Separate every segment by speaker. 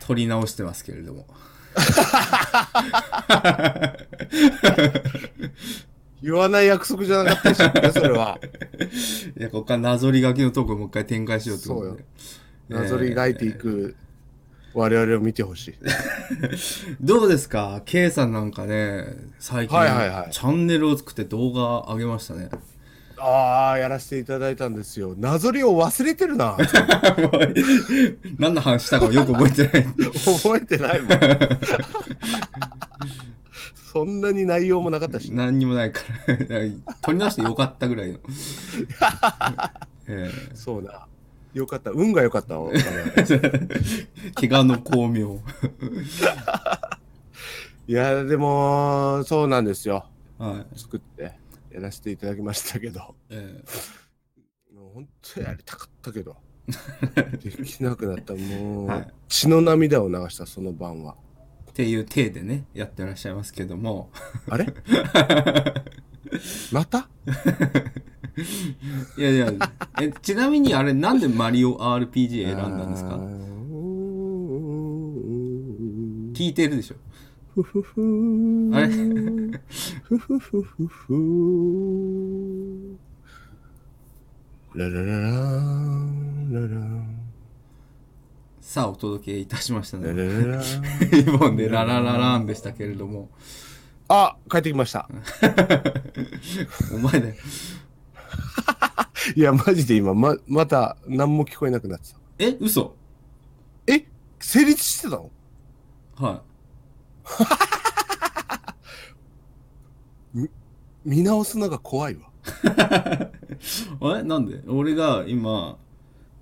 Speaker 1: 撮り直してますけれども。
Speaker 2: 言わない約束じゃなかったでしたっけそれは。
Speaker 1: いや、ここからなぞり書きのトークをもう一回展開しようってこと
Speaker 2: そう
Speaker 1: で
Speaker 2: よ。なぞり描いていく我々を見てほしい。
Speaker 1: どうですか ?K さんなんかね、最近、
Speaker 2: はいはいはい
Speaker 1: チャンネルを作って動画上げましたね。
Speaker 2: ああ、やらせていただいたんですよ。なぞりを忘れてるな。
Speaker 1: もう何の話したかもよく覚えてない。
Speaker 2: 覚えてないもん。そんなに内容もなかったし。
Speaker 1: 何にもないから。 取り直してよかったぐらいの。 え
Speaker 2: そうな。よかった。運が良かったわ。我々
Speaker 1: え 怪我の巧妙。
Speaker 2: いや、でも、そうなんですよ。
Speaker 1: はい。
Speaker 2: 作ってやらせていただきましたけど。
Speaker 1: え
Speaker 2: もう本当やりたかったけど。できなくなった。もう、
Speaker 1: はい
Speaker 2: 血の涙を流した、その晩は。
Speaker 1: えっていう体でね、やってらっしゃいますけども。
Speaker 2: あれ また
Speaker 1: いやいや、えちなみにあれ、なんでマリオ RPG 選んだんです
Speaker 2: あ
Speaker 1: か
Speaker 2: ー
Speaker 1: 聞いてるでしょ。
Speaker 2: ふふふ
Speaker 1: あれ
Speaker 2: ふふふふふラララランララン
Speaker 1: さあ、お届けいたしました
Speaker 2: ラ
Speaker 1: ね。
Speaker 2: ラララン
Speaker 1: リボンでララララーンでしたけれども。
Speaker 2: あ帰ってきました
Speaker 1: お前だよ。
Speaker 2: いやマジで今ままた何も聞こえなくなってた
Speaker 1: え、嘘
Speaker 2: え成立してたの
Speaker 1: は
Speaker 2: 見直すのが怖いわ
Speaker 1: い。あれなんで俺が今、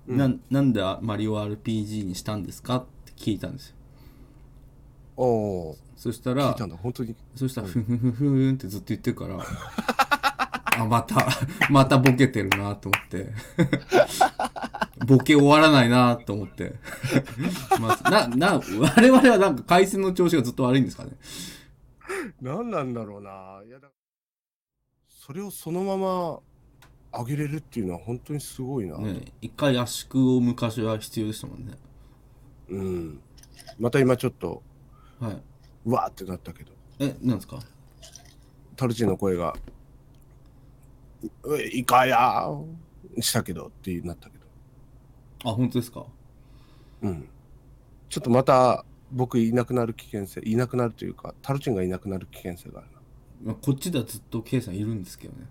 Speaker 1: ななんでマリオ RPG にしたんですかって聞いたんですよ。
Speaker 2: おお
Speaker 1: そした
Speaker 2: ー聞
Speaker 1: ら
Speaker 2: いた、んだ本当に
Speaker 1: そしたら、ふんふんふんふんってずっと言ってるから、 あ、また、またボケてるなと思って。 ボケ終わらないなと思って。 まあ、な、な、我々はなんか回線の調子がずっと悪いんですかね。
Speaker 2: 何なんだろうないやだそれをそのまま上げれるっていうのは本当にすごいな、
Speaker 1: ね一回圧縮を昔は必要でしたもんね。
Speaker 2: うんまた今ちょっと
Speaker 1: はい。
Speaker 2: うわーってなったけど
Speaker 1: え、なんですか
Speaker 2: タルチンの声が「ういかやー」したけどってなったけど
Speaker 1: あ、本当ですか
Speaker 2: うんちょっとまた僕いなくなる危険性いなくなるというかタルチンがいなくなる危険性があるな
Speaker 1: まあこっちではずっと K さんいるんですけどね。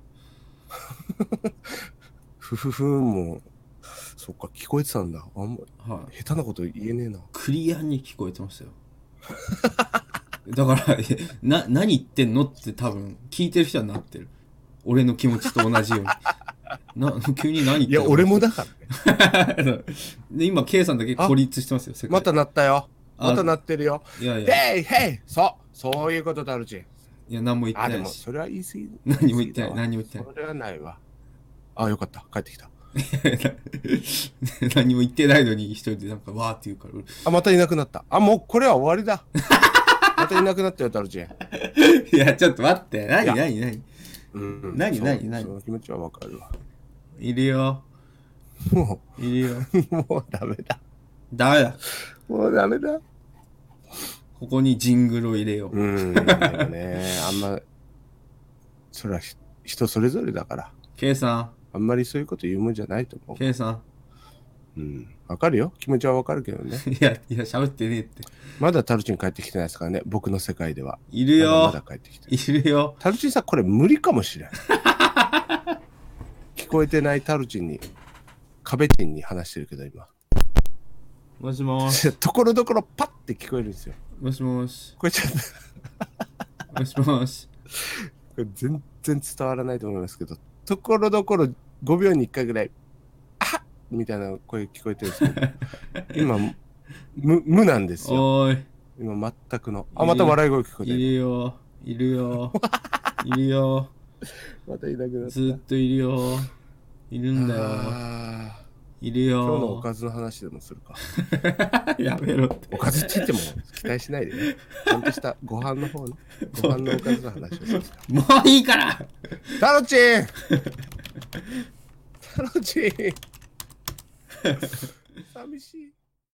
Speaker 2: ふふふんもそっか聞こえてたんだあんま
Speaker 1: はい。
Speaker 2: 下手なこと言えねえな
Speaker 1: クリアに聞こえてましたよ。 だから、えな、何言ってんのって多分、聞いてる人はなってる。俺の気持ちと同じように。 な、急に何言ってんの
Speaker 2: いや俺もだからね
Speaker 1: で、今、K さんだけ孤立してますよ、世界
Speaker 2: また。鳴ったよ
Speaker 1: あ
Speaker 2: また鳴ってるよ
Speaker 1: いやいや、
Speaker 2: ヘイヘイそうそういうことタルチン
Speaker 1: いや、何も言っ
Speaker 2: あ
Speaker 1: て
Speaker 2: で
Speaker 1: ない
Speaker 2: も
Speaker 1: し。
Speaker 2: それは言い過ぎ
Speaker 1: 何も言ってない
Speaker 2: 言過ぎだわ
Speaker 1: 何も言ってない
Speaker 2: それはないわあよかった帰ってきた
Speaker 1: 何も言ってないのに一人でなんか、わーって言うから、
Speaker 2: あ、またいなくなった。あ、もうこれは終わりだ。 またいなくなったよ、タルチン。
Speaker 1: いや、ちょっと待って。
Speaker 2: い
Speaker 1: 何、
Speaker 2: や
Speaker 1: 何、何。
Speaker 2: うん
Speaker 1: 何
Speaker 2: そう
Speaker 1: 何何
Speaker 2: その気持ちはわかるわ。
Speaker 1: いるよ。
Speaker 2: も
Speaker 1: いるよ。
Speaker 2: う、もうダメだ。
Speaker 1: ダメだ。
Speaker 2: もうダメだ。
Speaker 1: ここにジングルを入れよう。
Speaker 2: うん、でもね、 あんま、それはひ人それぞれだから、
Speaker 1: K さ
Speaker 2: あんまりそういうこと言うもんじゃないと思
Speaker 1: ん、K さん。
Speaker 2: う。うん。わかるよ。気持ちはわかるけどね。
Speaker 1: いや、いや、喋ってねえって。
Speaker 2: まだタルチン帰ってきてないですからね、僕の世界では。
Speaker 1: いる
Speaker 2: まだま
Speaker 1: よ
Speaker 2: だ。帰ってきてない。
Speaker 1: いるよ。
Speaker 2: タルチンさん、これ無理かもしれん。 聞こえてないタルチンに、壁チンに話してるけど、今。
Speaker 1: もしもーし。
Speaker 2: ところどころパッて聞こえるんですよ。
Speaker 1: もしもーし。
Speaker 2: これちょっと、こ
Speaker 1: もしもーし。
Speaker 2: れ全然伝わらないと思いますけど、ところどころ5秒に1回ぐらい、あっみたいな声聞こえてるんですけど、今、無、無なんですよ。
Speaker 1: おー
Speaker 2: 今全くの。あ、また笑い声聞こえ
Speaker 1: い。
Speaker 2: て
Speaker 1: い
Speaker 2: る。
Speaker 1: るよ。いるよ。いるよ。
Speaker 2: またいなくなった。
Speaker 1: ずーっといるよ。いるんだよ。
Speaker 2: あー
Speaker 1: いる
Speaker 2: 今日のお
Speaker 1: よ。
Speaker 2: かずの話でもするか。
Speaker 1: やめろって。
Speaker 2: おかずって言っても期待しないで ね。ちゃんとしたご飯の方ね。ご飯のおかずの話をする。
Speaker 1: もういいから
Speaker 2: タロチンタロチン 寂しい。